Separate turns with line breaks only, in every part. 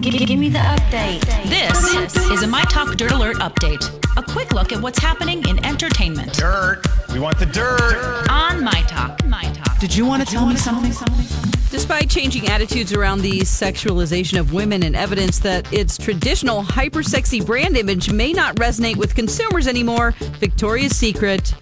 Give, give me the update.
This is a My Talk Dirt Alert update. A quick look at what's happening in entertainment
Dirt. We want the dirt.
on My Talk. My Talk.
Did you want to tell me something?
Despite changing attitudes around the sexualization of women and evidence that its traditional hyper sexy brand image may not resonate with consumers anymore, Victoria's Secret.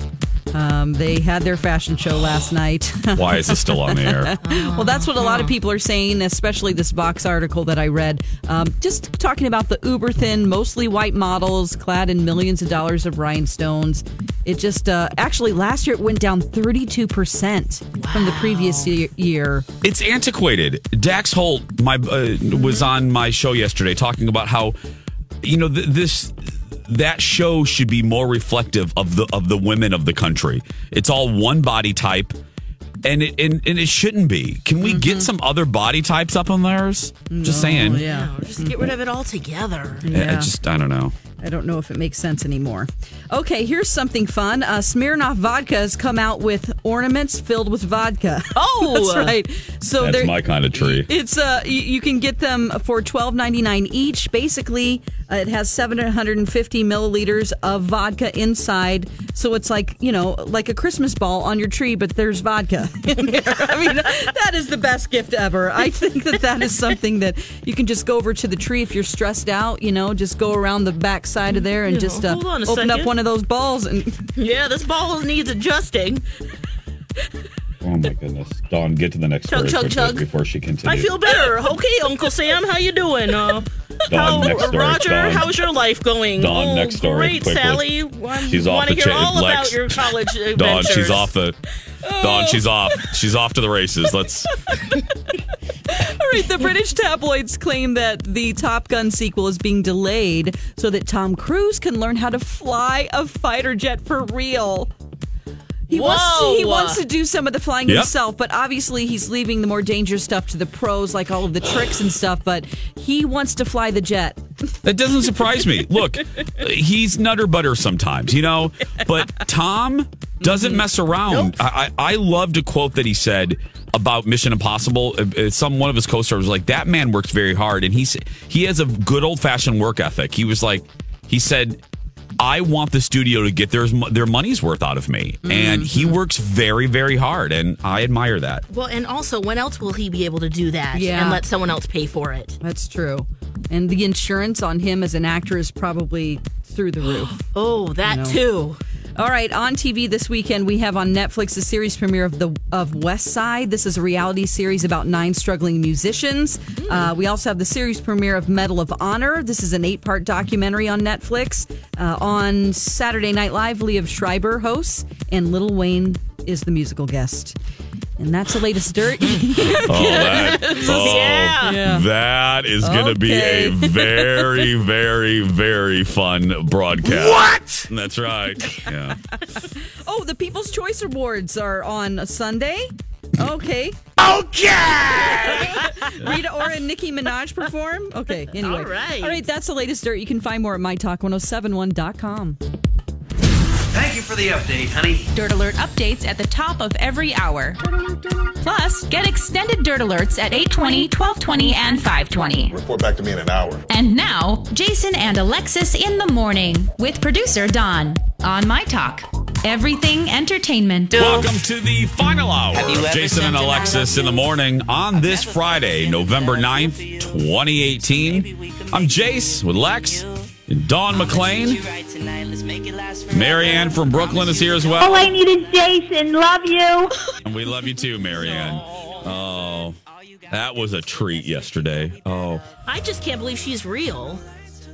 Um, they had their fashion show last night.
Why is this still on the air?
well, that's what a lot of people are saying, especially this box article that I read. Um, just talking about the uber thin, mostly white models clad in millions of dollars of rhinestones. It just uh, actually last year it went down 32% from the previous ye- year.
It's antiquated. Dax Holt, my uh, was on my show yesterday talking about how you know th- this that show should be more reflective of the of the women of the country. It's all one body type. And it, and, and it shouldn't be. Can we
Mm-hmm.
get some other body types up on theirs? just saying.
Yeah.
Just get rid of it altogether.
I just I don't know.
I don't know if it makes sense anymore. Okay, here's something fun. Uh, Smirnoff Vodka has come out with ornaments filled with vodka.
Oh!
that's right. So
That's
they're-
my kind of tree.
It's uh, you, you can get them for twelve ninety nine each. Basically, uh, it has seven hundred and fifty milliliters of vodka inside, so it's like you know, like a Christmas ball on your tree, but there's vodka in there. I mean, that is the best gift ever. I think that that is something that you can just go over to the tree if you're stressed out. You know, just go around the back side of there and
Yeah,
just uh,
hold on a
open up
second.
one of those balls and
Yeah, this ball needs adjusting.
Oh my goodness. Dawn, get to the next
Chug,
story
chug,
quickly
chug.
before she continues.
I feel better. Okay, Uncle Sam, how you doing? Uh,
Dawn,
how,
next story.
Roger,
Dawn.
how's your life going?
Dawn,
oh,
next story,
great,
quickly.
Sally.
She's off
want to
the
hear
cha-
all
Lex.
about your college adventures.
Dawn, she's off the Dawn, she's off. She's off to the races. Let's
All right, the British tabloids claim that the Top Gun sequel is being delayed so that Tom Cruise can learn how to fly a fighter jet for real. He wants to, he
Whoa.
wants to do some of the flying
Yep.
himself, but obviously he's leaving the more dangerous stuff to the pros, like all of the tricks and stuff. But he wants to fly the jet.
That doesn't surprise me. Look, he's nutter butter sometimes, you know, but Tom doesn't mess around. I, I I loved a quote that he said about Mission Impossible. Uh, uh, Some one of his co-stars was like, "That man works very hard, and he's he has a good old fashioned work ethic." He was like, he said. I want the studio to get their their money's worth out of me, and he works very, very hard, and I admire that.
Well, and also, when else will he be able to do that
Yeah.
and let someone else pay for it?
That's true. And the insurance on him as an actor is probably through the roof.
Oh, that too.
All right, on TV this weekend we have on Netflix the series premiere of the of West Side. This is a reality series about nine struggling musicians. Uh, we also have the series premiere of Medal of Honor. This is an eight part documentary on Netflix. Uh, on Saturday Night Live, Liev Schreiber hosts, and Little Wayne is the musical guest. And that's the latest dirt.
Oh, that, oh, that is going to be a
Okay.
very, very, very fun broadcast. What? That's right. Yeah.
oh, the People's Choice Awards are on Sunday. Okay. Okay. Rita Ora and Nicki Minaj perform. Okay. Anyway.
All right.
All right. That's the latest dirt. You can find more at mytalk1071.com.
Thank you for the update, honey.
Dirt Alert updates at the top of every hour. Plus, get extended Dirt Alerts at 820, 1220, and 520.
Report back to me in an hour.
And now, Jason and Alexis in the morning with producer Don on My Talk. Everything entertainment.
Welcome to the final hour
Have you
of
ever
Jason and
sent an
Alexis in the morning on this
never
Friday,
sent an
November
email
9th, 2018. I'm Jace with Lex and Dawn McLean. Marianne from Brooklyn is here as well.
I needed Jason. Love you.
And we love you too, Marianne. Oh, that was a treat yesterday. Oh,
I just can't believe she's real.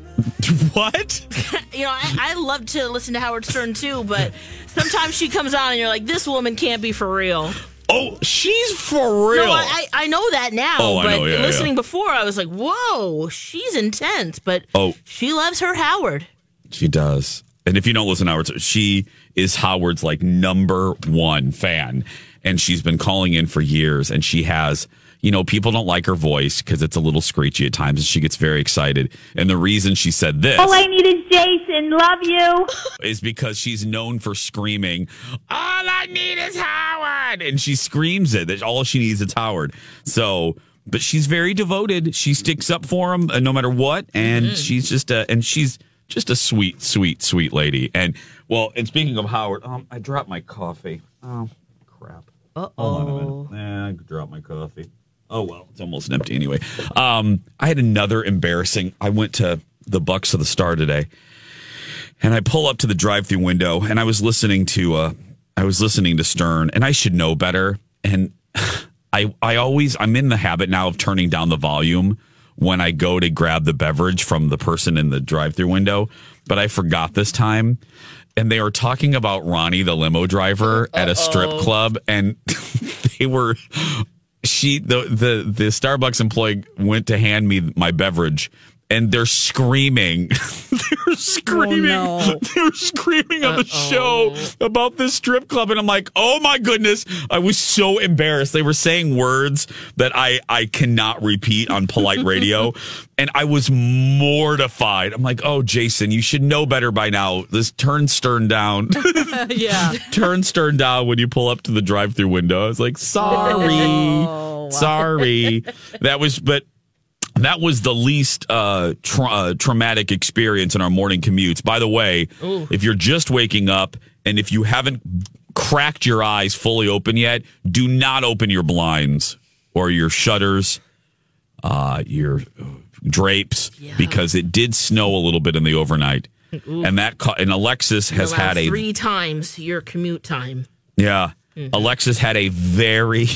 what?
You know, I, I love to listen to Howard Stern too, but sometimes she comes on and you're like, this woman can't be for real.
Oh, she's for real.
No, I, I I know that now,
Oh, I
but
know, yeah,
listening
yeah.
before, I was like, whoa, she's intense, but
Oh.
she loves her Howard.
She does. And if you don't listen to Howard, she is Howard's like number one fan. And she's been calling in for years. And she has, you know, people don't like her voice because it's a little screechy at times. And she gets very excited. And the reason she said this
All I needed Jason. Love you.
is because she's known for screaming, All I need is Howard. And she screams it that all she needs is Howard. So, but she's very devoted. She sticks up for him uh, no matter what. And she's just a, and she's just a sweet, sweet, sweet lady. And well, and speaking of Howard, um, I dropped my coffee. Oh, crap. Hold on a minute. Nah, I dropped my coffee. Oh well, it's almost empty anyway. Um, I had another embarrassing. I went to the Bucks of the Star today, and I pull up to the drive-through window, and I was listening to uh, I was listening to Stern, and I should know better. And I I always I'm in the habit now of turning down the volume when I go to grab the beverage from the person in the drive-through window, but I forgot this time. And they were talking about Ronnie, the limo driver, at a strip club, and they were she the the the Starbucks employee went to hand me my beverage and they're screaming they're screaming
no.
they're screaming on the show about this strip club and I'm like oh my goodness I was so embarrassed they were saying words that I I cannot repeat on polite radio and I was mortified I'm like oh Jason you should know better by now this turn stern down
yeah.
turn stern down when you pull up to the drive through window. I was like, sorry, sorry. That was, but that was the least uh, tra- uh, traumatic experience in our morning commutes. By the way, if you're just waking up and if you haven't cracked your eyes fully open yet, do not open your blinds or your shutters, uh, your drapes, because it did snow a little bit in the overnight. And that ca- and Alexis has
Wow,
had a
three times your commute time.
yeah.
Mm-hmm.
Alexis had a very,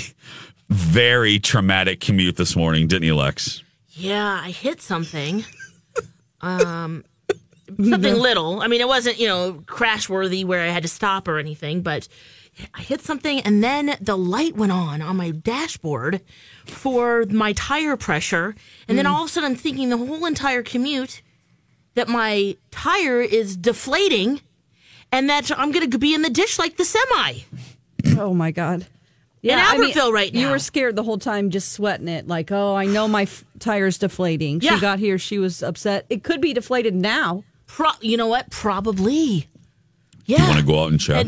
very traumatic commute this morning, didn't you, Lex?
Yeah, I hit something. um, something little. I mean, it wasn't you know crash worthy where I had to stop or anything, but I hit something, and then the light went on on my dashboard for my tire pressure, and then all of a sudden, I'm thinking the whole entire commute that my tire is deflating, and that I'm going to be in the ditch like the semi
Oh my god.
in
I mean,
Albertville right now.
You were scared the whole time, just sweating it. Like, oh, I know my f- tire's deflating.
Yeah.
She got here, she was upset. It could be deflated now.
Pro- you know what? Probably. Yeah.
You want to go out and check?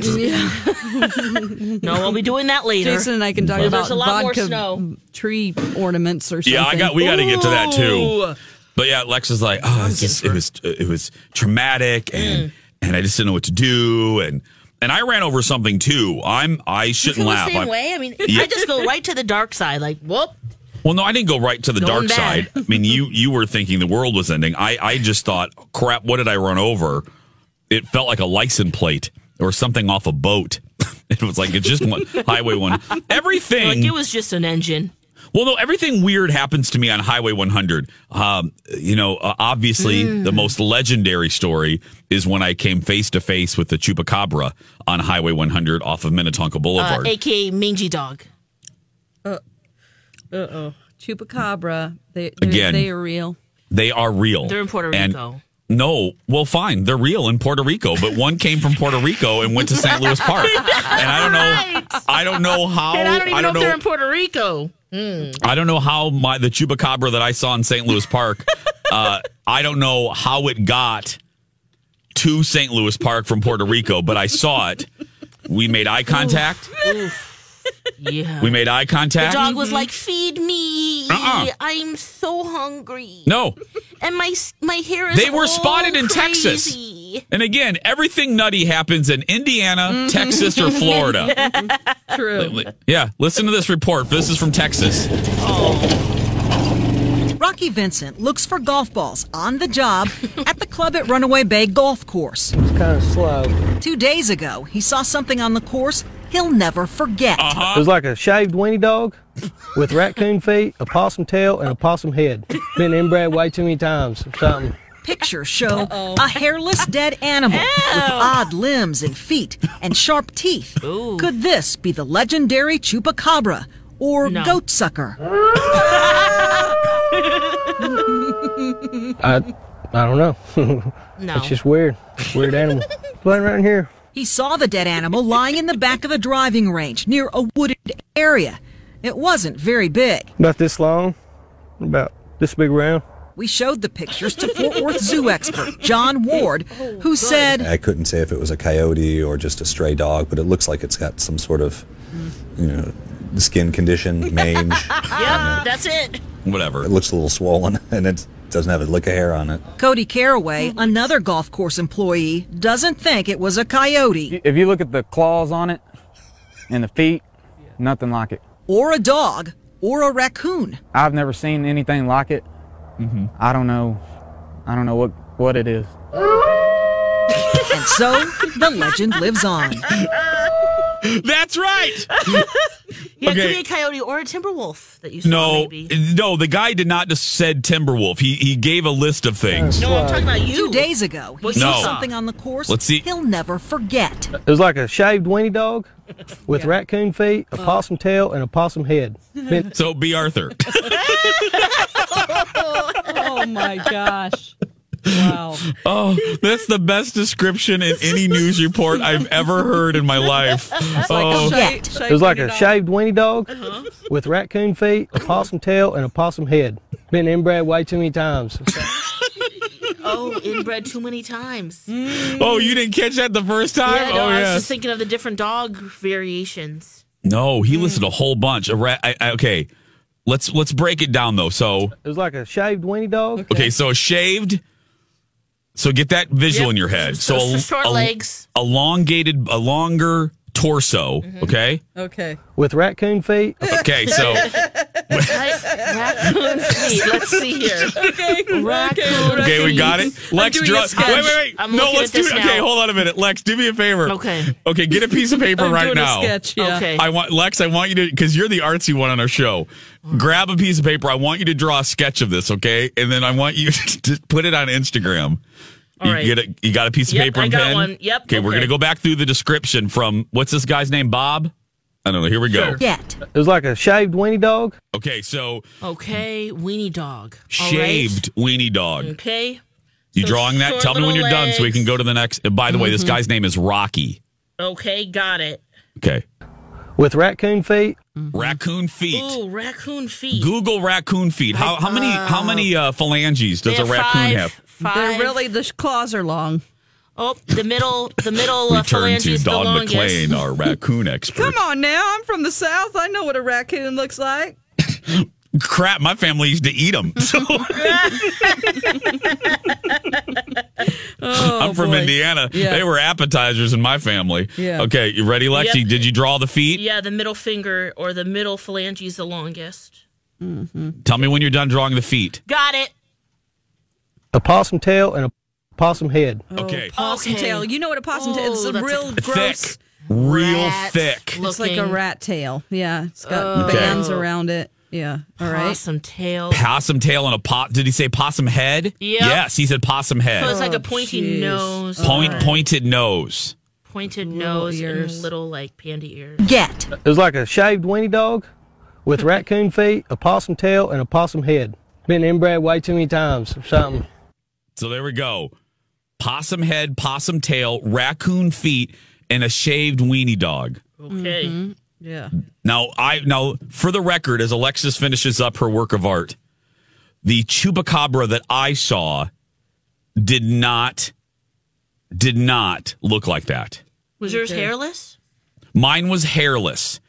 No, we'll be doing that later.
Jason and I can talk
there's
about
a lot more
vodka
snow.
tree ornaments or something.
Yeah, I got. We got to get to that too.
Ooh.
But yeah, Lex is like, oh, it's just, it was it was traumatic,
Mm.
and and I just didn't know what to do, and and I ran over something too. I'm I shouldn't
feel
laugh.
the same
I'm-
way. I mean,
Yeah.
I just go right to the dark side. Like, whoop.
Well, no, I didn't go right to the dark
Going
side.
bad.
I mean, you you were thinking the world was ending. I I just thought, crap, what did I run over? It felt like a license plate or something off a boat. It was like it just one highway one.
Like
Everything.
it was just an engine.
well, no, everything weird happens to me on Highway 100. Um, you know, uh, obviously
Hmm.
the most legendary story is when I came face to face with the chupacabra on Highway 100 off of Minnetonka
Uh,
Boulevard.
AKA Mangy Dog.
Chupacabra. They, they're-
Again.
they are real.
They are real.
They're in Puerto
And-
Rico.
no, well, fine. They're real in Puerto Rico, but one came from Puerto Rico and went to St. Louis Park, and I don't know. I don't know how.
and I don't even know, if they're
Oh, know.
in Puerto Rico.
I don't know how my the chupacabra that I saw in St. Louis Park. uh, I don't know how it got to St. Louis Park from Puerto Rico, but I saw it. We made eye contact.
Yeah.
We made eye
the
contact.
dog was like, "Feed me!
Uh-uh.
I'm so hungry."
no,
And my s- my hair is.
They were
all
spotted in Texas.
crazy." nutty.
And again, everything nutty happens in Indiana,
Mm-hmm.
Texas, or Florida.
True.
yeah, listen to this report. This is from Texas.
Rocky Vincent looks for golf balls on the job at the club at Runaway Bay Golf Course. It's kind of slow. Two days ago, he saw something on the course he'll never forget.
It was like a shaved weenie dog with raccoon feet, a possum tail, and a possum head. Been inbred way too many times or something.
Pictures show a hairless dead animal with odd limbs and feet and sharp teeth. Could this be the legendary chupacabra or
No.
goat sucker?
I, I don't know.
No.
It's just weird. Weird animal. Playing around here.
He saw the dead animal lying in the back of a driving range near a wooded area. It wasn't very big.
About this long, about this big round.
We showed the pictures to Fort Worth zoo expert John Ward, who said
I couldn't say if it was a coyote or just a stray dog, but it looks like it's got some sort of, you know, skin condition, mange,
Yep, that's it.
whatever.
It looks a little swollen and it doesn't have a lick of hair on it.
Cody Caraway, another golf course employee, doesn't think it was a coyote
If you look at the claws on it and the feet, nothing like it.
or a dog or a raccoon.
I've never seen anything like it. I don't know. I don't know what what it is.
And so the legend lives on.
That's right.
Yeah, it
Okay.
could be a coyote or a timber wolf that you saw.
No,
maybe.
no, the guy did not just said Timberwolf. He he gave a list of things.
No, I'm talking about you.
Two days ago, he
What you
saw
saw.
something on the course
Let's see.
he'll never forget.
It was like a shaved weenie dog with raccoon feet, a possum tail, and a possum head. Been
So B. Arthur.
oh my gosh. Wow.
Oh, that's the best description in any news report I've ever heard in my life. Oh,
It was like a shaved weenie dog Uh-huh. with raccoon feet, a possum tail, and a possum head. Been inbred way too many times.
Oh, inbred too many times.
oh, you didn't catch that the first time?
Yeah, no,
oh,
I was
yeah.
just thinking of the different dog variations.
No,
Mm.
he listed a whole bunch. A ra- I, I, okay, let's let's break it down though. So
It was like a shaved weenie dog.
okay, so a shaved. So get that visual
Yep.
in your head. So,
So-
a,
so short
a-
legs.
elongated, a longer torso.
Mm-hmm.
Okay,
Okay.
With raccoon feet.
okay. So
Raccoon feet. Let's see here. Okay. Raccoon
okay, we got it.
feet.
Lex,
I'm doing
draw.
a sketch.
Wait, wait, wait.
I'm
no,
looking
let's
at
do
this
it. Okay,
now.
hold on a minute. Lex, do me a favor.
Okay.
Okay, get a piece of paper
I'm
right
doing a
now.
sketch, yeah. Okay.
I want Lex. I want you to because you're the artsy one on our show. Grab a piece of paper. I want you to draw a sketch of this, okay? And then I want you to put it on Instagram.
All
you
right.
get a, you got a piece of
Yep,
paper
I
and
got
pen.
one. Yep,
Okay, we're
okay.
gonna go back through the description from what's this guy's name? Bob. I don't know. Here we go.
Yet.
It was like a shaved weenie dog.
Okay, so
Okay, weenie dog. All right.
shaved weenie dog.
Okay.
You
So
drawing that?
short
Tell me when
little
you're done so we can
legs.
go to the next. and By the way, this
Mhm.
guy's name is Rocky.
Okay, got it.
Okay.
With raccoon feet.
Raccoon feet.
Mm-hmm. Ooh, raccoon feet.
Google raccoon feet. How how many how many uh, phalanges does
They
a
have
raccoon
five-
have?
Five.
They're really the claws are long.
Oh, the middle, the middle
We
uh,
turn
phalange
to
is the
Don
longest.
McLean, our raccoon expert.
Come on now, I'm from the south. I know what a raccoon looks like.
Crap, my family used to eat them. So I'm from Indiana.
Oh, Yeah.
They were appetizers in my family.
Yeah.
Okay, you ready, Lexi?
Yep.
Did you draw the feet?
Yeah, the middle finger or the middle phalange is the longest.
Tell me when you're done drawing the feet.
Got it.
A possum tail and a possum head.
Oh,
Okay.
Possum tail. You know what a possum tail is? It's a real gross.
Thick. Real thick.
It's like a rat tail. Yeah. It's got
Okay.
bands around it. Yeah. All right.
Oh. Possum tail.
Possum tail and a pot. Did he say possum head?
Yep.
Yes, he said possum head.
So it's like a pointy nose.
Point pointed nose.
Pointed nose and little like pandy ears.
Get.
It was like a shaved weenie dog with raccoon feet, a possum tail, and a possum head. Been inbred way too many times or something.
So there we go. Possum head, possum tail, raccoon feet, and a shaved weenie dog.
Okay.
Yeah.
Now I now for the record, as Alexis finishes up her work of art, the chupacabra that I saw did not did not look like that.
Was yours hairless?
Mine was hairless,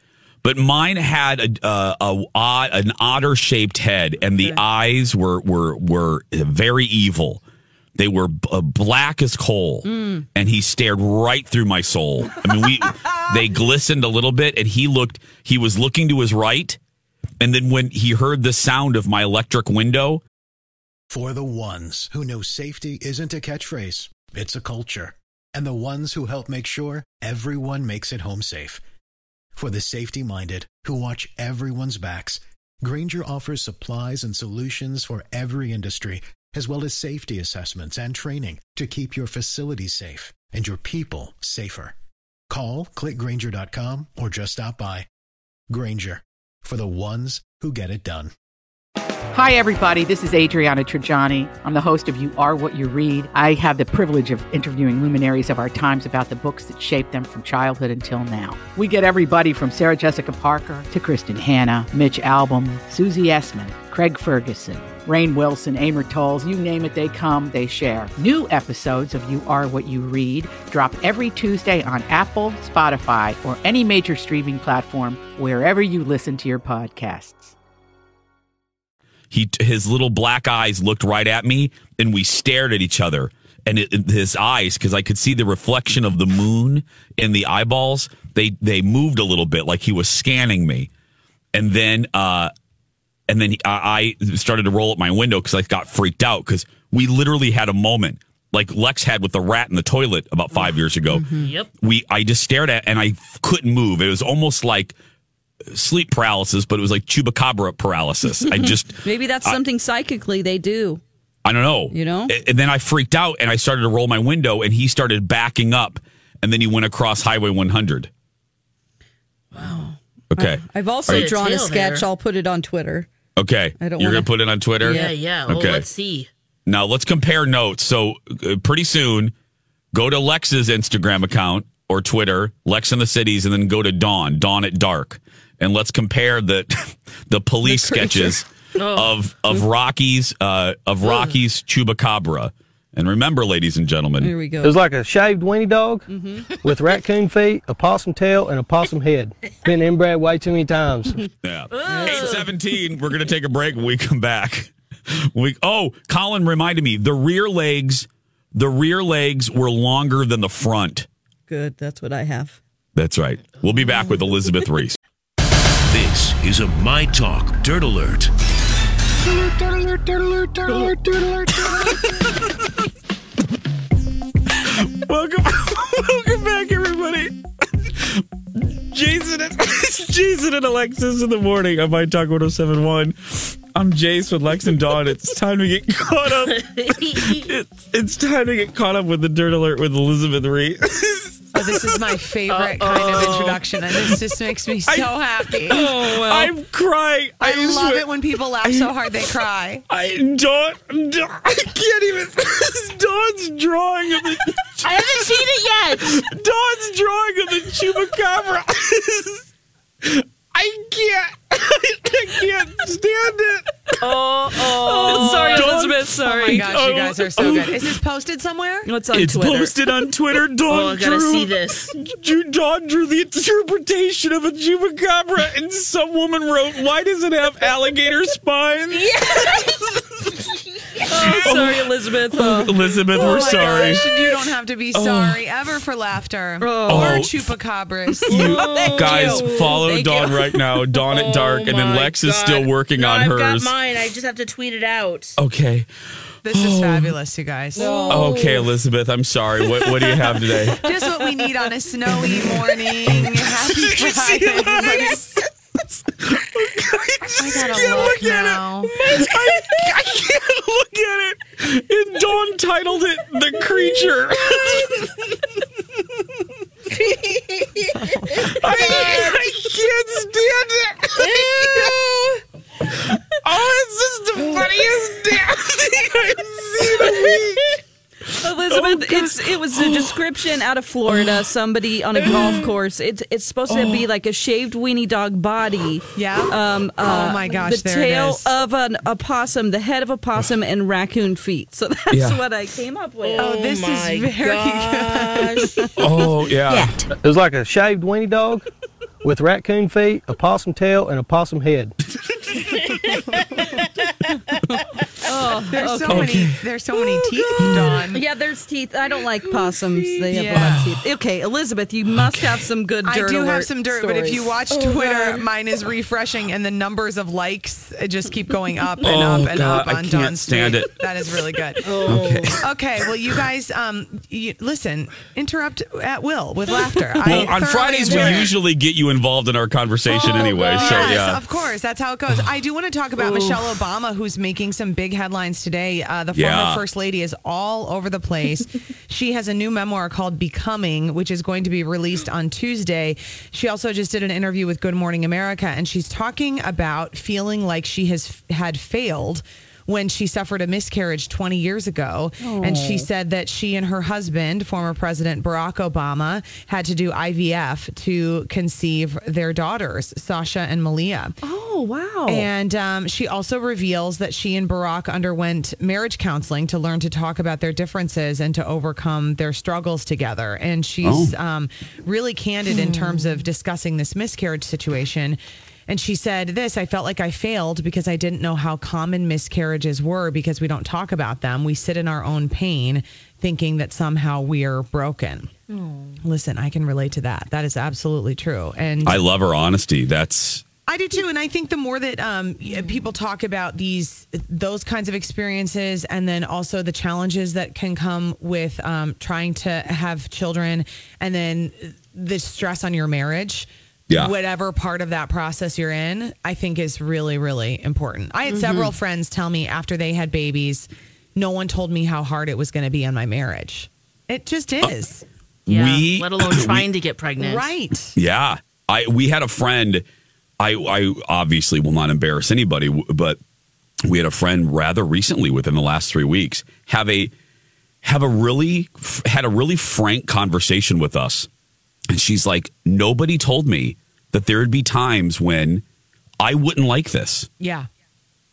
but mine had a, a, a odd, an otter shaped head, and the eyes were were were very evil. They were b- uh, black as coal,
Mm.
and he stared right through my soul. I mean, we they glistened a little bit, and he looked. He was looking to his right, and then when he heard the sound of my electric window,
For the ones who know safety isn't a catchphrase, it's a culture. And the ones who help make sure everyone makes it home safe. For the safety minded who watch everyone's backs, Granger offers supplies and solutions for every industry, as well as safety assessments and training to keep your facility safe and your people safer. Call clickgranger.com or just stop by. Granger for the ones who get it done.
Hi, everybody. This is Adriana Trajani. I'm the host of You Are What You Read. I have the privilege of interviewing luminaries of our times about the books that shaped them from childhood until now. We get everybody from Sarah Jessica Parker to Kristen Hanna, Mitch Albom, Susie Essman, Craig Ferguson, Rain Wilson, Amor Tolls, you name it, they come, they share. New episodes of You Are What You Read drop every Tuesday on Apple, Spotify, or any major streaming platform wherever you listen to your podcasts.
he his little black eyes looked right at me and we stared at each other and it, it- his eyes because i could see the reflection of the moon in the eyeballs they they moved a little bit like he was scanning me and then uh and then he, I, I started to roll up my window because i got freaked out because we literally had a moment like lex had with the rat in the toilet about five years ago
Mm-hmm.
Yep.
we I just stared at and I couldn't move. It was almost like sleep paralysis, but it was like chupacabra paralysis. I just
Maybe that's
I-
something psychically they do.
I don't know.
You know?
A- And then I freaked out and I started to roll my window and he started backing up and then he went across Highway 100. Wow. Okay.
I've also
Are you-
drawn a
Tail
sketch.
there.
I'll put it on Twitter.
Okay.
I don't
You're
wanna-
going to put it on Twitter?
Yeah, yeah. Well,
okay.
let's see.
Now let's compare notes. So uh, pretty soon, go to Lex's Instagram account or Twitter, Lex in the Cities, and then go to Dawn, Dawn at Dark, and let's compare the the police sketches
Oh.
of of Rocky's uh, of Rocky's Chubacabra. And remember, ladies and gentlemen,
It was like a shaved weenie dog with raccoon feet, a possum tail, and a possum head. Been inbred way too many times.
Yeah. 817, we're going to take a break when we come back. We Oh, Colin reminded me, the rear legs, the rear legs were longer than the front.
Good. That's what I have.
That's right. We'll be back with Elizabeth Reese.
This is a My Talk Dirt Alert.
welcome, welcome back, everybody. Jason, and, Jason and Alexis in the morning on my Talk 1071. I'm Jace with Lex and Dawn. It's time to get caught up. It's, it's time to get caught up with the dirt alert with Elizabeth Reese.
Oh, this is my favorite kind of introduction, and this just makes me so happy.
Oh, well. I'm crying.
I,
I
love
swear-
it when people laugh so hard they cry.
I don't, don't- I can't even. Dawn's drawing of the. I haven't seen it yet. Dawn's drawing of the chupacabra. I can't. I can't stand it. Oh,
oh. Sorry, Elizabeth, sorry.
Oh my gosh, you guys are so good. Is
this
posted somewhere?
What's
it's posted on Twitter. Dawn
Oh, I gotta
drew,
see
this.
Dawn drew the interpretation of a chupacabra, and some woman wrote, "Why does it have alligator spines?"
Oh, sorry, Elizabeth. Oh.
Elizabeth,
Oh
we're
my
sorry.
gosh, and you don't have to be
Oh.
sorry ever for laughter
Oh.
or
Oh.
chupacabras.
You guys
you. Oh
follow
Thank
Dawn
you.
right now, Dawn at Dark, and then
oh my
Lex is still
God.
working
No,
on
I've
hers.
got mine. I just have to tweet it out.
okay.
This
Oh.
is fabulous, you guys.
Okay, Elizabeth, I'm sorry. What, what do you have today?
Just what we need on a snowy morning. Happy Friday, everybody. I gotta
can't
look
look at
now.
it. I, I can't look at it. And Dawn titled it "The Creature." I, I can't stand it. I can't. Oh, it's just the funniest damn thing I've seen in a week.
Oh, Elizabeth, it's it was a description out of Florida. Somebody on a golf course. It's it's supposed to be like a shaved weenie dog body. Yeah. Um. uh,
Oh my gosh,
The
there it
tail
is.
of an a possum, the head of a possum, and raccoon feet. So that's
Yeah.
what I came up with.
Oh, this is very good.
Oh, yeah.
It was like a shaved weenie dog with raccoon feet, a possum tail, and a possum head.
oh,
There's so many. There's so many
Oh,
teeth, Dawn.
Yeah, there's teeth. I don't like possums. They have a lot of teeth. Okay, Elizabeth, you must have some good
I
dirt.
do have
alert
some dirt, but if you
stories.
watch Twitter, mine is refreshing, and the numbers of likes uh, just keep going up and
Oh,
up and
God,
up
I
on
can't
Dawn's
stand
tweet.
it.
That is really good.
Okay.
Okay. Well, you guys, um, you, listen, interrupt at will with laughter. I
Well, on
thoroughly
Fridays, we
enjoy it. Oh,
usually get you involved in our conversation anyway. So,
Yes,
yeah.
of course. That's how it goes. I do want to talk about
Oof.
Michelle Obama, who's making some big headlines today. Uh, the
Yeah.
former first lady is all over the place. she has a new memoir called Becoming, which is going to be released on Tuesday. She also just did an interview with Good Morning America, and she's talking about feeling like she has had failed. When she suffered a miscarriage 20 years ago. And she
Oh.
said that she and her husband, former President Barack Obama, had to do IVF to conceive their daughters, Sasha and Malia.
Oh wow!
And um, she also reveals that she and Barack underwent marriage counseling to learn to talk about their differences and to overcome their struggles together. And she's
Oh.
um, really candid in terms of discussing this miscarriage situation. And she said, This, I felt like I failed because I didn't know how common miscarriages were because we don't talk about them. We sit in our own pain thinking that somehow we're broken. Listen, I can relate to that. That is absolutely true. And
I love her honesty. That's
I do too, and I think the more that um, y- people talk about these those kinds of experiences, and then also the challenges that can come with um, trying to have children, and then uh, the stress on your marriage.
Yeah.
Whatever part of that process you're in, I think is really, really important. I had
Mhm.
several friends tell me after they had babies, no one told me how hard it was going to be on my marriage. It just is.
Yeah,
We-
let alone
we-
trying to get pregnant.
Right.
Yeah, I we had a friend. I I obviously will not embarrass anybody, w- but we had a friend rather recently, within the last three weeks, have a have a really f- had a really frank conversation with us, and she's like, nobody told me that there would be times when I wouldn't like this.
Yeah.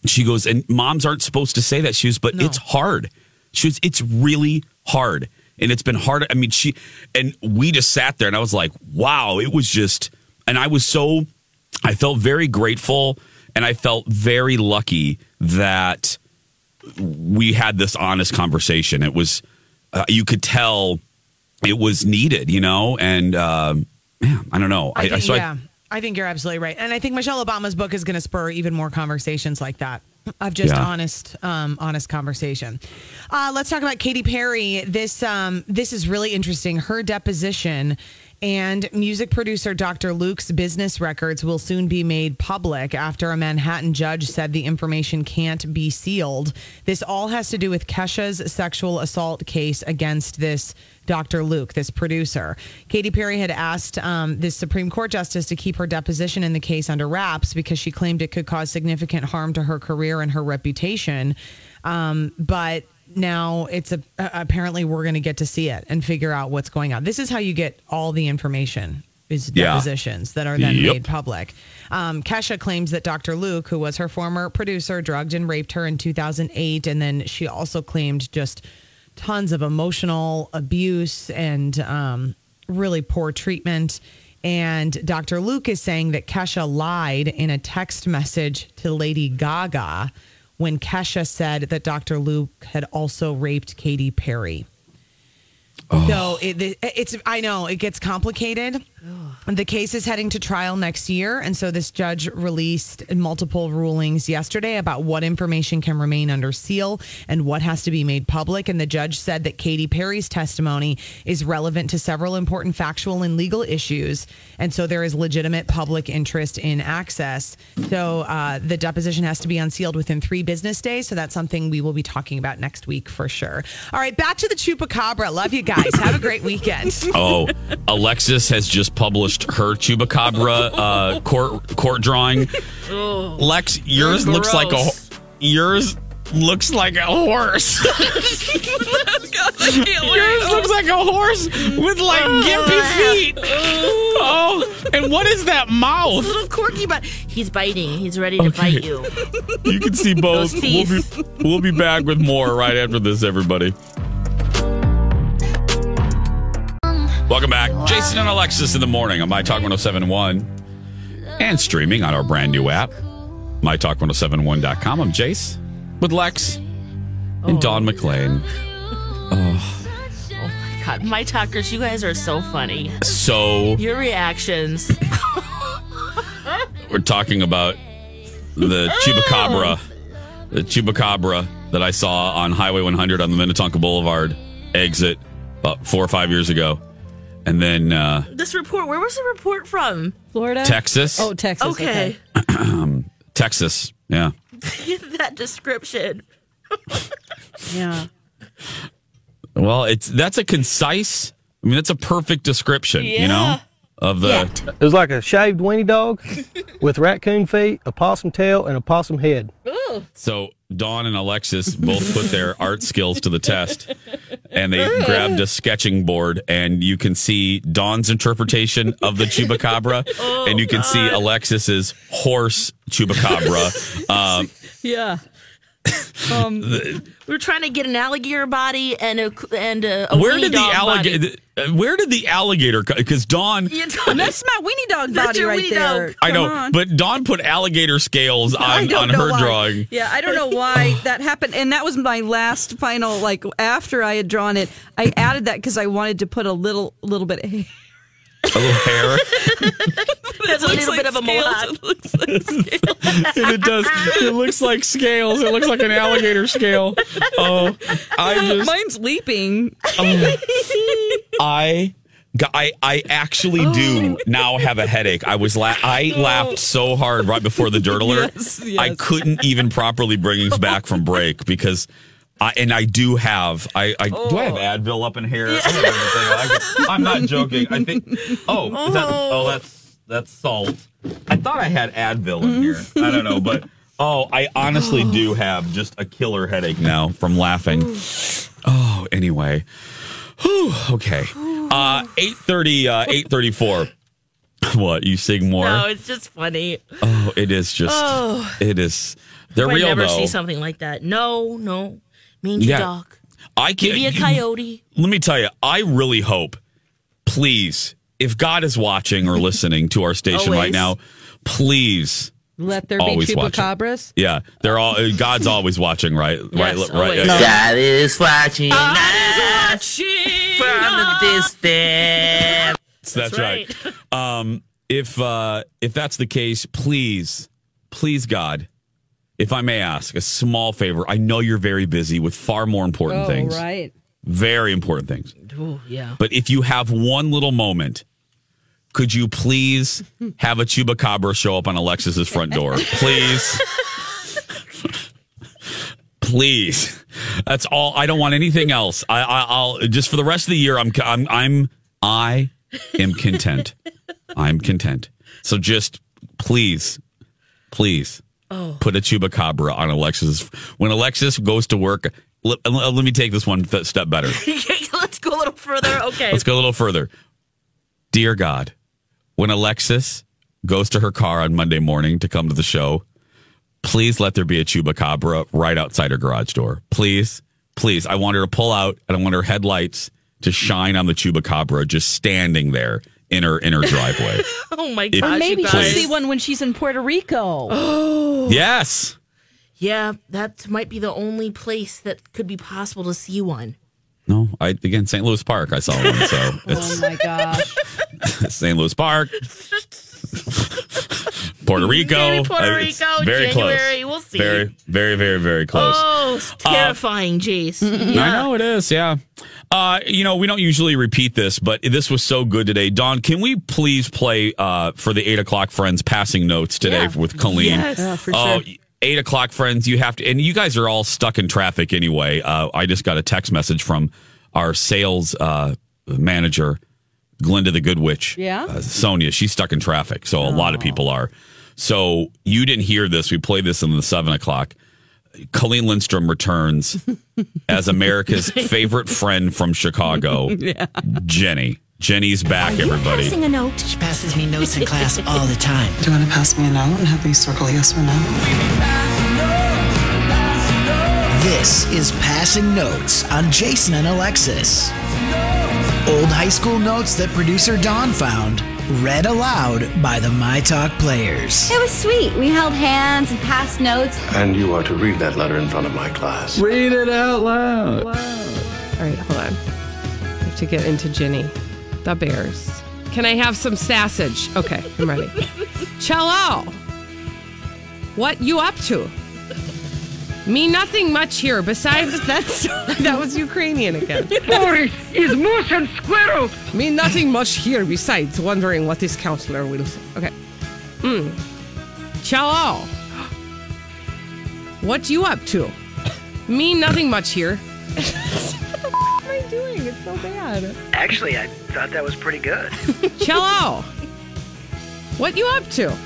She goes, and moms aren't supposed to say that. She goes, but it's hard. She goes, it's really hard. And it's been hard. I mean, she, and we just sat there and I was like, wow, it was just, and I was so, I felt very grateful and I felt very lucky that we had this honest conversation. It was, uh, you could tell it was needed, you know? And, um, yeah, I don't know.
I think,
so
yeah, I, think you're absolutely right, and I think Michelle Obama's book is going to spur even more conversations like that of just
Yeah.
honest, um, honest conversation. Uh, let's talk about Katy Perry. This um, this is really interesting. Her deposition and music producer Dr. Luke's business records will soon be made public after a Manhattan judge said the information can't be sealed. This all has to do with Kesha's sexual assault case against this Dr. Luke, this producer. Katy Perry had asked um, this Supreme Court justice to keep her deposition in the case under wraps because she claimed it could cause significant harm to her career and her reputation. Um, but now it's a, uh, apparently we're going to get to see it and figure out what's going on. This is how you get all the information is
Yeah.
depositions that are then
Yep.
made public. Um, Kesha claims that Dr. Luke, who was her former producer, drugged and raped her in 2008. And then she also claimed just tons of emotional abuse and um, really poor treatment. And Dr. Luke is saying that Kesha lied in a text message to Lady Gaga when Kesha said that Dr. Luke had also raped Katy Perry. So it, it's I know it gets complicated. The case is heading to trial next year, and so this judge released multiple rulings yesterday about what information can remain under seal and what has to be made public. And the judge said that Katy Perry's testimony is relevant to several important factual and legal issues, and so there is legitimate public interest in access. So uh, the deposition has to be unsealed within three business days. So that's something we will be talking about next week for sure. All right, back to the chupacabra. Love you guys. Have a great weekend.
Oh, Alexis has just published her chupacabra uh, court court drawing. Lex, yours
Gross.
looks like a ho- yours looks like a horse.
Yours looks like a horse with like gimpy feet. Oh, and what is that mouth?
He's a little quirky, but he's biting. He's ready to
Okay.
bite you.
You can see both.
Those
We'll be, we'll be back with more right after this, everybody. Welcome back. Jason and Alexis in the morning on My Talk 1071 and oh streaming on our brand new app, MyTalk1071.com. I'm Jace with Lex and Don McLean. Oh,
God, my talkers, you guys are so funny.
so
Your reactions.
we're talking about the chupacabra, the chupacabra that I saw on Highway 100 on the Minnetonka Boulevard exit about four or five years ago, and then uh,
this report, where was the report from?
Florida?
Texas.
Oh, Texas. Okay.
Texas. Yeah,
that description.
yeah.
well, it's that's a concise. I mean, that's a perfect description. You know, of the
It was like a shaved weenie dog with raccoon feet, a possum tail, and a possum head.
So Dawn and Alexis both put their art skills to the test, and they grabbed a sketching board, and you can see Dawn's interpretation of the chupacabra,
Oh,
and you can see Alexis's horse chupacabra. um,
Yeah.
the-
We Um, were trying to get an alligator body and a and a, a
where
weenie
did the
dog body.
alligator? Where did the alligator? Because Dawn.
Yeah,
And that's my weenie dog
That's
body
your
right
weenie
there.
dog.
I know,
Come on.
but Dawn put alligator scales
I
on,
don't
on
know
her
why.
drawing.
Yeah, I don't know why that happened. And that was my last final, like after I had drawn it, I added that because I wanted to put a little, little bit of hair.
A little hair.
That's a
Looks
little
like
bit of a
scales.
mohawk.
and it does. It looks like scales. It looks like an alligator scale. Oh, I just.
Mine's leaping.
Um, I, g- I, I actually
Oh
do now have a headache. I was la- I laughed so hard right before the dirt alert.
Yes,
I
yes.
couldn't even properly bring us back from break because. I, and I do have I, I
Oh.
do I have Advil up in here. I don't know anything. I, am not joking. I think oh is that, oh that's that's salt. I thought I had Advil in here. I don't know, but oh I honestly do have just a killer headache now from laughing. Oh, anyway. Whew, okay. Uh 830 uh 834. What, you sing more?
No, it's just funny.
oh, it is just
Oh.
it is they're
I
real
never
though.
see something like that. No, no, mangy
Yeah.
dog.
I can't
Maybe a coyote.
Let me tell you, I really hope, please, if God is watching or listening to our station
Always.
right now, please
Let there
Always
be
watch it.
chupacabras.
yeah, they're all uh, God's always watching, right? right,
Yes,
right.
always. God
is watching.
From the
distance. That's,
That's
right. um, if uh, if that's the case, please, please, God, if I may ask a small favor, I know you're very busy with far more important things,
right.
very important things.
Oh, yeah.
But if you have one little moment, could you please have a chupacabra show up on Alexis's front door? Please. please. That's all. I don't want anything else. I, I, I'll just for the rest of the year. I'm, I'm, I'm, I am content. I'm content. So just please, please
Oh.
put a chupacabra on Alexis. When Alexis goes to work, let, let me take this one th- step better.
Let's go a little further. Okay.
Let's go a little further. Dear God, when Alexis goes to her car on Monday morning to come to the show, please let there be a chupacabra right outside her garage door. Please, please. I want her to pull out and I want her headlights to shine on the chupacabra just standing there in her in her driveway.
Oh my
If-
gosh,
Or maybe
you
she'll
guys.
see
one when she's in Puerto Rico.
yes.
Yeah, that might be the only place that could be possible to see one.
No, I again St. Louis Park. I saw one, so
oh my gosh.
it's St. Louis Park, Puerto Rico,
Maybe Puerto
I- it's
Rico, January. We'll see.
Very, Uh, very, very, very close.
Oh, it's terrifying, jeez.
I know it is. Yeah. Uh, you know, we don't usually repeat this, but this was so good today. Don, can we please play uh, for the eight o'clock friends passing notes today with Colleen?
Yes. Yeah, for
Oh,
sure.
Eight o'clock friends, you have to, and you guys are all stuck in traffic anyway. Uh, I just got a text message from our sales uh, manager, Glenda the Good Witch.
Yeah?
Uh, Sonia, she's stuck in traffic. So a lot of people are. So you didn't hear this. We played this in the seven o'clock. Colleen Lindstrom returns as America's favorite friend from Chicago, Jenny. Jenny's back, everybody.
a note. She
passes me notes in class all the time. Do you want to pass me a note and have me circle yes or no? This is Passing Notes on Jason and Alexis. Old high school notes that producer Don found
read aloud by the My Talk players.
It was sweet. We held hands and passed notes.
And you are to read that letter in front of my class.
Read it out loud.
All right, hold on. I have to get into Ginny. The Bears. Can I have some sausage? Okay, I'm ready. Cello, what you up to? Me nothing much here. Besides, that's that was Ukrainian again.
Boris is moose and squirrel.
Me nothing much here. Besides, wondering what this counselor will. Okay. Mm. Cello, what you up to? Me nothing much here.
What am I doing? It's so bad.
Actually, I thought that was pretty good.
Cello, what you up to?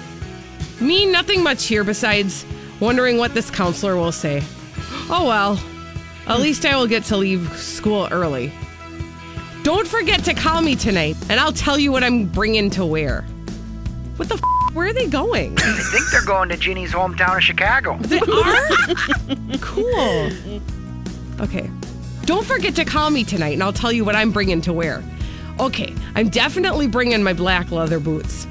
Me, nothing much here besides wondering what this counselor will say. Oh well, at least I will get to leave school early. Don't forget to call me tonight, and I'll tell you what I'm bringing to wear. What the? F- where are they going?
I think they're going to Jeannie's hometown of Chicago.
They are? cool. Okay. Don't forget to call me tonight and I'll tell you what I'm bringing to wear. Okay, I'm definitely bringing my black leather boots.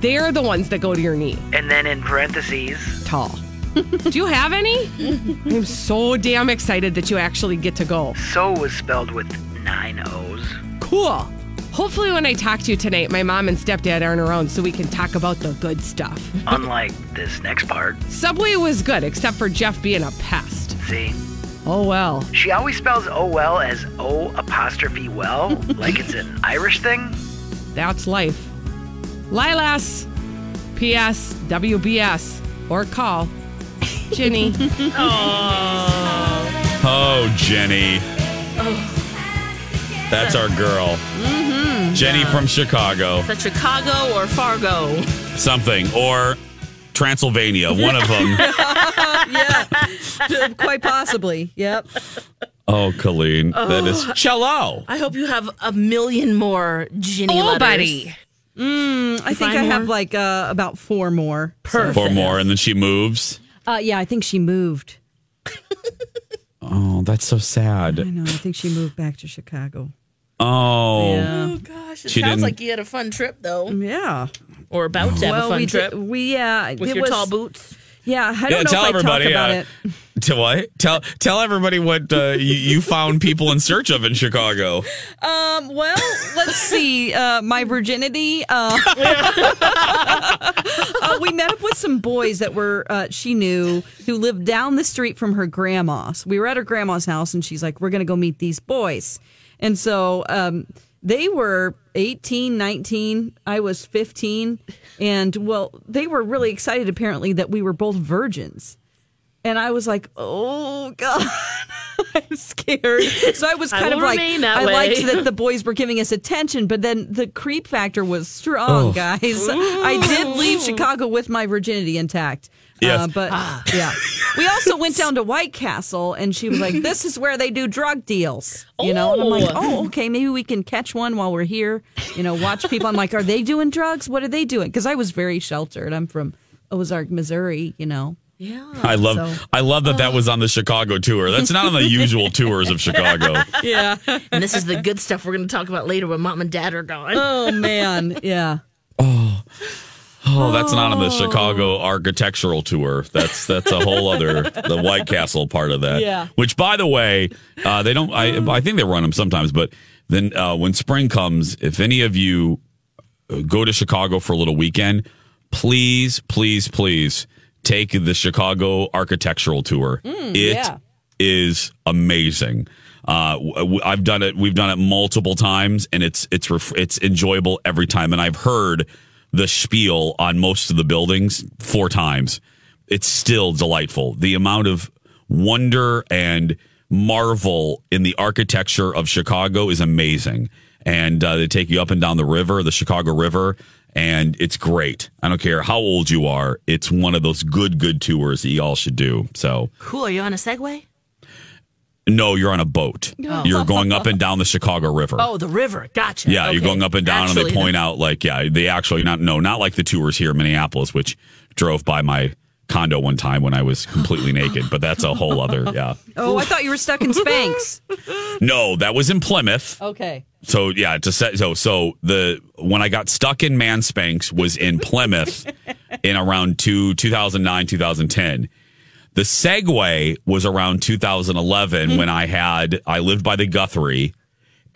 They're the ones that go to your knee.
And then in parentheses,
Tall. Do you have any? I'm so Oh, damn excited that you actually get to go.
so was spelled with nine O's.
Cool. Hopefully, when I talk to you tonight, my mom and stepdad aren't around so we can talk about the good stuff.
Unlike this next part.
Subway was good, except for Jeff being a pest.
See?
Oh, well.
She always spells O well as O apostrophe well, like it's an Irish thing.
That's life. Lilas, PS, WBS, or call Ginny.
Oh, Jenny. That's our girl.
Oh. Mm-hmm.
Jenny from Chicago.
Is that Chicago or Fargo?
Something. Or Transylvania. One of them.
yeah, quite possibly. Yep.
Oh, Colleen. That is
Oh.
cello.
I hope you have a million more Ginny
Oh,
letters.
buddy. Mm, I think
Five
I have
more?
like uh, about four more.
Four more, and then she moves.
Uh, yeah, I think she moved.
Oh, that's so sad.
I know. I think she moved back to Chicago.
Oh.
Yeah. Mm,
Oh gosh, it
She
sounds
didn't-
like you had a fun trip though.
Yeah.
Or about to have
well,
a fun
we
trip.
Did, we yeah.
with
it
your
was-
tall boots.
Yeah, I don't know
tell
if
everybody.
I talk about
uh,
it.
To what? Tell tell everybody what uh, you, you found people in search of in Chicago.
Um, well, let's see. Uh, my virginity. Uh, uh, we met up with some boys that were uh, she knew who lived down the street from her grandma's. We were at her grandma's house, and she's like, "We're gonna go meet these boys." And so um, they were 18, 19. I was 15, and well, they were really excited apparently that we were both virgins. And I was like, "Oh God." I'm scared. So I was
I
kind
will
of like,
remain that
I liked
way.
that the boys were giving us attention, but then the creep factor was strong,
Oh.
guys. I did leave Chicago with my virginity intact. Uh,
Yes.
but
Ah.
yeah. We also went down to White Castle and she was like, This is where they do drug deals. You know? And I'm like,
Oh.
Oh, okay, maybe we can catch one while we're here. You know, watch people. I'm like, Are they doing drugs? What are they doing? Because I was very sheltered. I'm from Ozark, Missouri, you know.
I love
Oh, so- Oh.
I love that that was on the Chicago tour. That's not on the usual tours of Chicago.
Yeah.
and this is the good stuff we're going to talk about later when mom and dad are gone.
Oh man. Yeah.
Oh, that's not on the Chicago architectural tour. That's that's a whole other the White Castle part of that.
Yeah. Oh.
Which, by the way, uh, they don't. I I think they run them sometimes, but then uh, when spring comes, if any of you uh, go to Chicago for a little weekend, please, please, please take the Chicago architectural tour. It is
Mm, yeah.
amazing. Uh, w- w- I've done it. We've done it multiple times, and it's it's ref- it's enjoyable every time. And I've heard the spiel on most of the buildings four times. It's still delightful. The amount of wonder and marvel in the architecture of Chicago is amazing. And uh, they take you up and down the river, the Chicago River, and it's great. I don't care how old you are. It's one of those good, good tours that you all should do. So,
Cool. Are Oh, you on a Segway?
no, you're on a boat. You're going up and down the Chicago River.
Oh, the river. Gotcha.
Yeah, you're
Okay.
going up and down, and
Actually,
they point out like, yeah, they actually not no, not like the tours here in Minneapolis, which drove by my condo one time when I was completely naked. But that's a
Oh.
whole other yeah.
Oh, I thought you were stuck in Spanx.
No, that was in Plymouth.
Okay.
So yeah, to set so so the when I got stuck in Manspanks was in Plymouth in around two two thousand nine two thousand ten. The Segway was around 2011 when I had I lived by the Guthrie,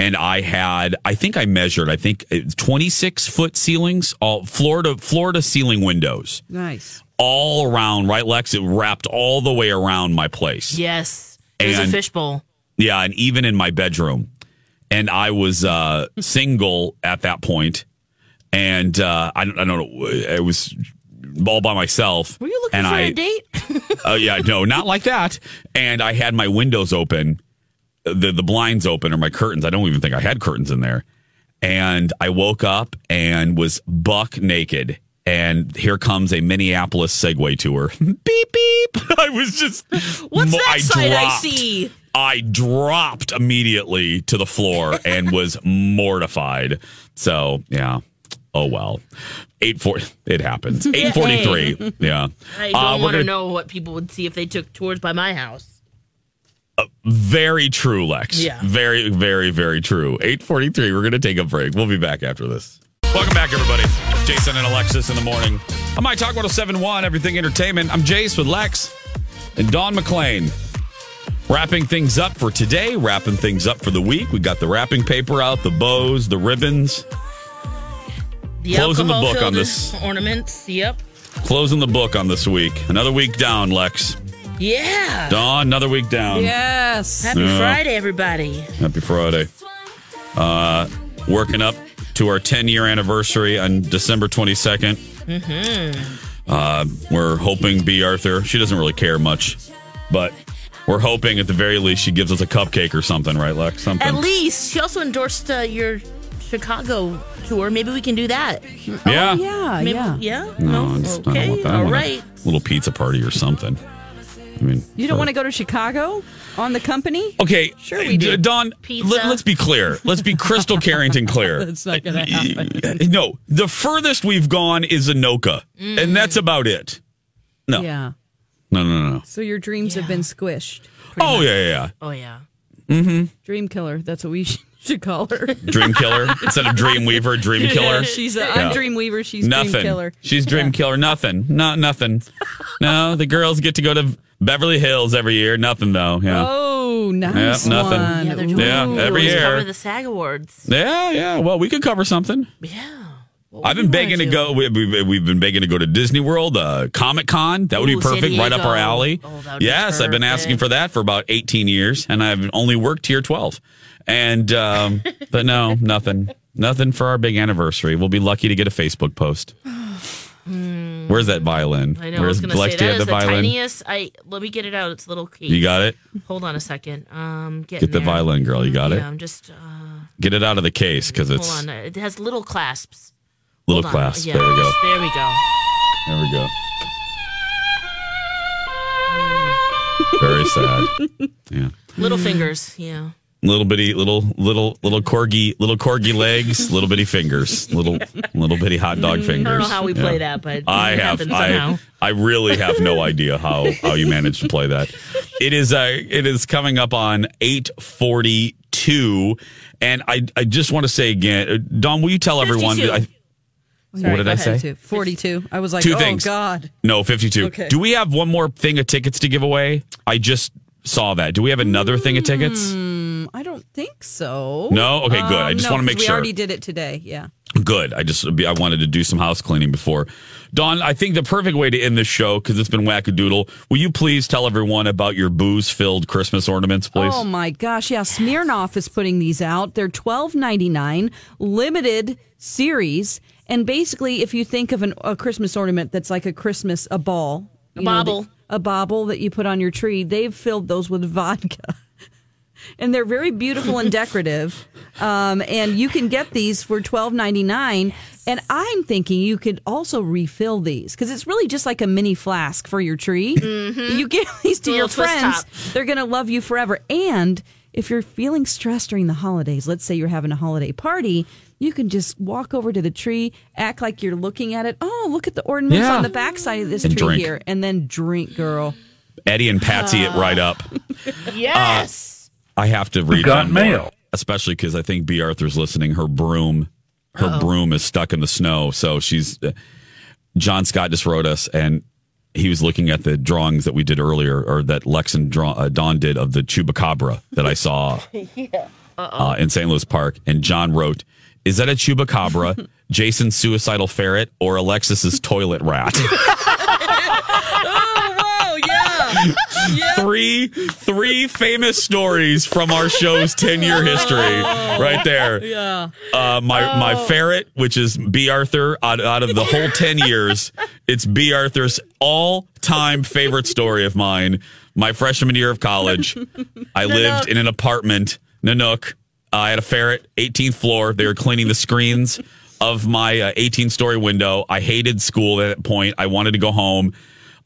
and I had I think I measured I think it's 26 foot ceilings all floor to floor to ceiling windows
Nice.
all around right Lex it wrapped all the way around my place.
Yes. It was a
And-
fishbowl.
Yeah, and even in my bedroom. And I was uh, single at that point, and uh, I, don't, I don't know. I was all by myself.
Were you looking
and
for
I-
a date?
Oh yeah, no, not like that. And I had my windows open, the the blinds open, or my curtains. I don't even think I had curtains in there. And I woke up and was buck naked. And here comes a Minneapolis Segway tour. beep beep. I was just
What's
Mo-
that sight I
dropped.
see?
I dropped immediately to the floor and was mortified. So yeah. Oh well. Eight four it happens.
Yeah.
Eight forty three.
Hey.
Yeah.
I don't
Uh, we're
want to
gonna-
know what people would see if they took tours by my house.
Very true, Lex.
Yeah.
Very, very, very true. 843. We're going to take a break. We'll be back after this. Welcome back, everybody. Jason and Alexis in the morning. I'm My Talk 1071, Everything Entertainment. I'm Jace with Lex and Don McClain. Wrapping things up for today, wrapping things up for the week. We got the wrapping paper out, the bows, the ribbons.
The
Closing the book
alcohol-filled
on this.
Ornaments. Yep.
Closing the book on this week. Another week down, Lex.
Yeah.
Don, another week down.
yes. Happy
Yeah.
Friday, everybody.
Happy Friday. Uh, working up to our 10 year anniversary on December 22nd.
Mm-hmm.
Uh, we're hoping B. Arthur, she doesn't really care much, but we're hoping at the very least she gives us a cupcake or something, right, Lex? Something.
At least she also endorsed uh, your Chicago tour. Maybe we can do that. Oh,
Yeah.
yeah, yeah, yeah.
No, I just- I don't want that. I
all
want a
right.
little pizza party or something. I mean,
You don't want to go to Chicago on the company?
Okay,
Sure we do.
Don,
Pizza.
Let, us be clear. Let's be crystal Carrington clear.
That's not gonna happen.
No, the furthest we've gone is Anoka, and that's about it. No,
Mm. Yeah.
no, no, no.
So your dreams have been squished.
Oh yeah, yeah,
Oh yeah.
yeah. Mm-hmm.
Dream killer. That's what we should- should call her.
Dream killer instead of dream weaver, dream killer.
Yeah, she's a,
Yeah.
I'm dream weaver. She's
nothing.
dream killer.
She's dream killer. Nothing. Not nothing. no, the girls get to go to Beverly Hills every year. Nothing though. Yeah.
Oh,
Yeah,
nice
nothing.
one.
Yeah, they're doing Yeah, it. every year.
Cover the SAG Awards.
Yeah, yeah. Well, we could cover something. Yeah. I've been begging to go. We, we, we've been begging to go to Disney World, uh, Comic Con. That would
Ooh,
be
San
perfect, right up our
Diego. Oh,
alley. yes, I've been asking for that for about 18 years, and I've only worked here 12. And um, but no, nothing, nothing for our big anniversary. We'll be lucky to get a Facebook post. Where's that violin?
I know. I was
Where's
going
Lex,
to say
do you
that
have
is the, tiniest. I let me get it out. It's a little key.
You got it.
Hold on a second. Um, getting
Get the
there.
violin, girl. You got
yeah,
it.
I'm just uh,
Get it out of the case because it's
hold on. It has little clasps.
little
Hold on.
class.
Yeah,
There we go.
There we go.
There we go. Very sad. Yeah.
Little fingers. Yeah.
Little bitty, little, little, little corgi, little corgi legs, little bitty fingers, little, little bitty hot dog
I don't
fingers.
know how we play that, but
I
it
have,
happened
I,
somehow.
I really have no idea how how you managed to play that. It is, uh, it is coming up on eight forty two, and I, I just want to say again, uh, Don, will you tell everyone?
52.
I, what did I say?
42. I was like,
Two
oh,
things.
God.
No, 52.
Okay.
Do we have one more thing of tickets to give away? I just saw that. Do we have another thing of tickets?
Hmm.
Mm, I don't think so. Um,
No? Okay, good.
Um,
I just
no,
wanna make
'cause
sure.
We already did it today. Yeah.
Good. I just I wanted to do some house cleaning before. Don, I think the perfect way to end this show cuz it's been wackadoodle. Will you please tell everyone about your booze-filled Christmas ornaments, please?
Oh my gosh, yeah, Smirnoff is putting these out. They're twelve ninety nine, limited series, and basically, if you think of an, a Christmas ornament that's like a Christmas a ball,
A
you know,
bauble.
the- a bauble that you put on your tree, they've filled those with vodka. And they're very beautiful and decorative, um, and you can get these for twelve ninety nine. And I'm thinking you could also refill these because it's really just like a mini flask for your tree. You give these
Mm-hmm.
to
Little
your
twist
friends,
top.
they're going to love you forever. And if you're feeling stressed during the holidays, let's say you're having a holiday party, you can just walk over to the tree, act like you're looking at it. Oh, look at the ornaments
Yeah.
on the backside of this
And
tree
drink.
here. And then drink, girl.
Eddie and Patsy it right up.
Ah.
Uh,
yes.
I have to read got mail. especially because I think B. Arthur's listening. Her broom, her broom is stuck in the snow, so she's. uh, John Scott just wrote us, and he was looking at the drawings that we did earlier, or that Lex and Dra- uh, Don did of the chupacabra that I saw
yeah.
uh, in St. Louis Park. And John wrote, "Is that a chupacabra, Jason's suicidal ferret, or Alexis's toilet rat?"
oh, yeah.
three three famous stories from our show's 10 year history right there
Yeah. Oh.
uh, my my ferret which is b arthur out, out of the whole 10 years it's b arthur's all-time favorite story of mine my freshman year of college i lived in an apartment nanook i had a ferret 18th floor they were cleaning the screens of my uh, 18 story window i hated school at that point i wanted to go home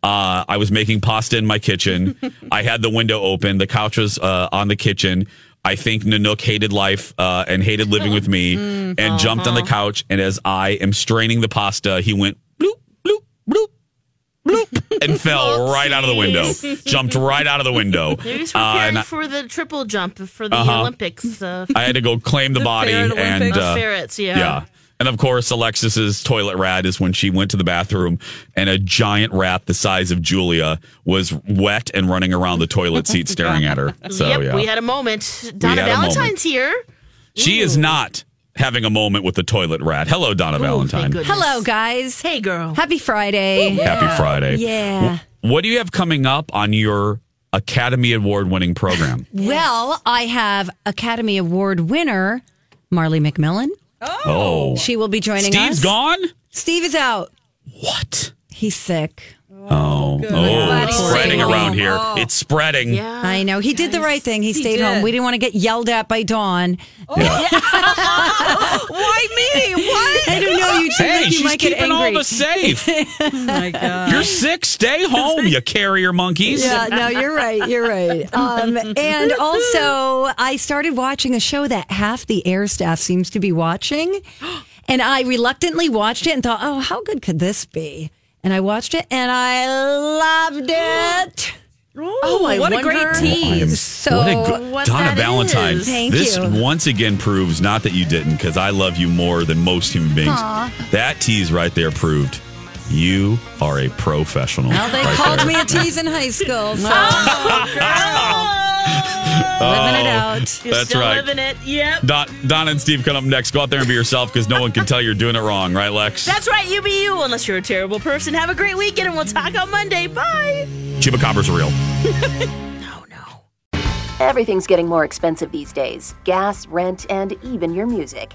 uh, I was making pasta in my kitchen. I had the window open. The couch was uh, on the kitchen. I think Nanook hated life uh, and hated living with me
Mm,
and jumped on the
uh-huh.
couch. And as I am straining the pasta, he went bloop, bloop, bloop, bloop, and fell right out of the window. Jumped right out of the window.
They're just
Uh,
preparing
and I,
for the triple jump for the
Uh-huh. Uh,
Olympics. Uh,
I had to go claim the, body
ferret
and
Olympics. Ferrets, yeah.
And of course, Alexis's toilet rat is when she went to the bathroom and a giant rat the size of Julia was wet and running around the toilet seat staring at her. So,
yep,
yeah.
we had a moment. Donna
had a moment.
Valentine's here.
she is not having a moment with the toilet rat. Hello, Donna Valentine.
Hello, guys. Hey, girl. Happy Friday.
Happy Friday.
Yeah.
Wh- What do you have coming up on your Academy Award winning program?
Well, I have Academy Award winner Marley McMillan.
Oh.
She will be joining us.
Steve's gone?
Steve is out.
What?
He's sick.
Oh, oh
Everybody's
it's spreading
staying
around
home.
here.
Oh.
It's spreading.
I know. He did the right thing. He,
Uh, he
stayed
did. Oh.
home. We didn't want to get yelled at by Dawn.
Why me? What?
I don't know. You two
Hey,
think you
she's
might get
keeping all
angry.
of us safe.
oh my god.
You're sick. Stay home, you carrier monkeys.
Yeah, no, you're right. You're right. Um, and also, I started watching a show that half the air staff seems to be watching. And I reluctantly watched it and thought, oh, how good could this be? And I watched it and I loved it.
Oh, I what a great wonder- tease.
I am-
So,
what a good- Donna Valentine.
Thank
this
you.
once again proves not that you didn't, because I love you more than most human beings.
Aw.
That tease right there proved you are a professional.
Well, they
right
called
there.
me a tease in high school. So.
Oh,
living
it out.
You're
that's
still
right.
living it. Yep.
Oh. Don, Donna and Steve, come up next. Go out there and be yourself, because no one can tell you're doing it wrong, right, Lex?
That's right, you be you, unless you're a terrible person. Have a great weekend, and we'll talk on Monday. Bye.
Chupacabras are real.
Everything's getting more expensive these days gas, rent, and even your music.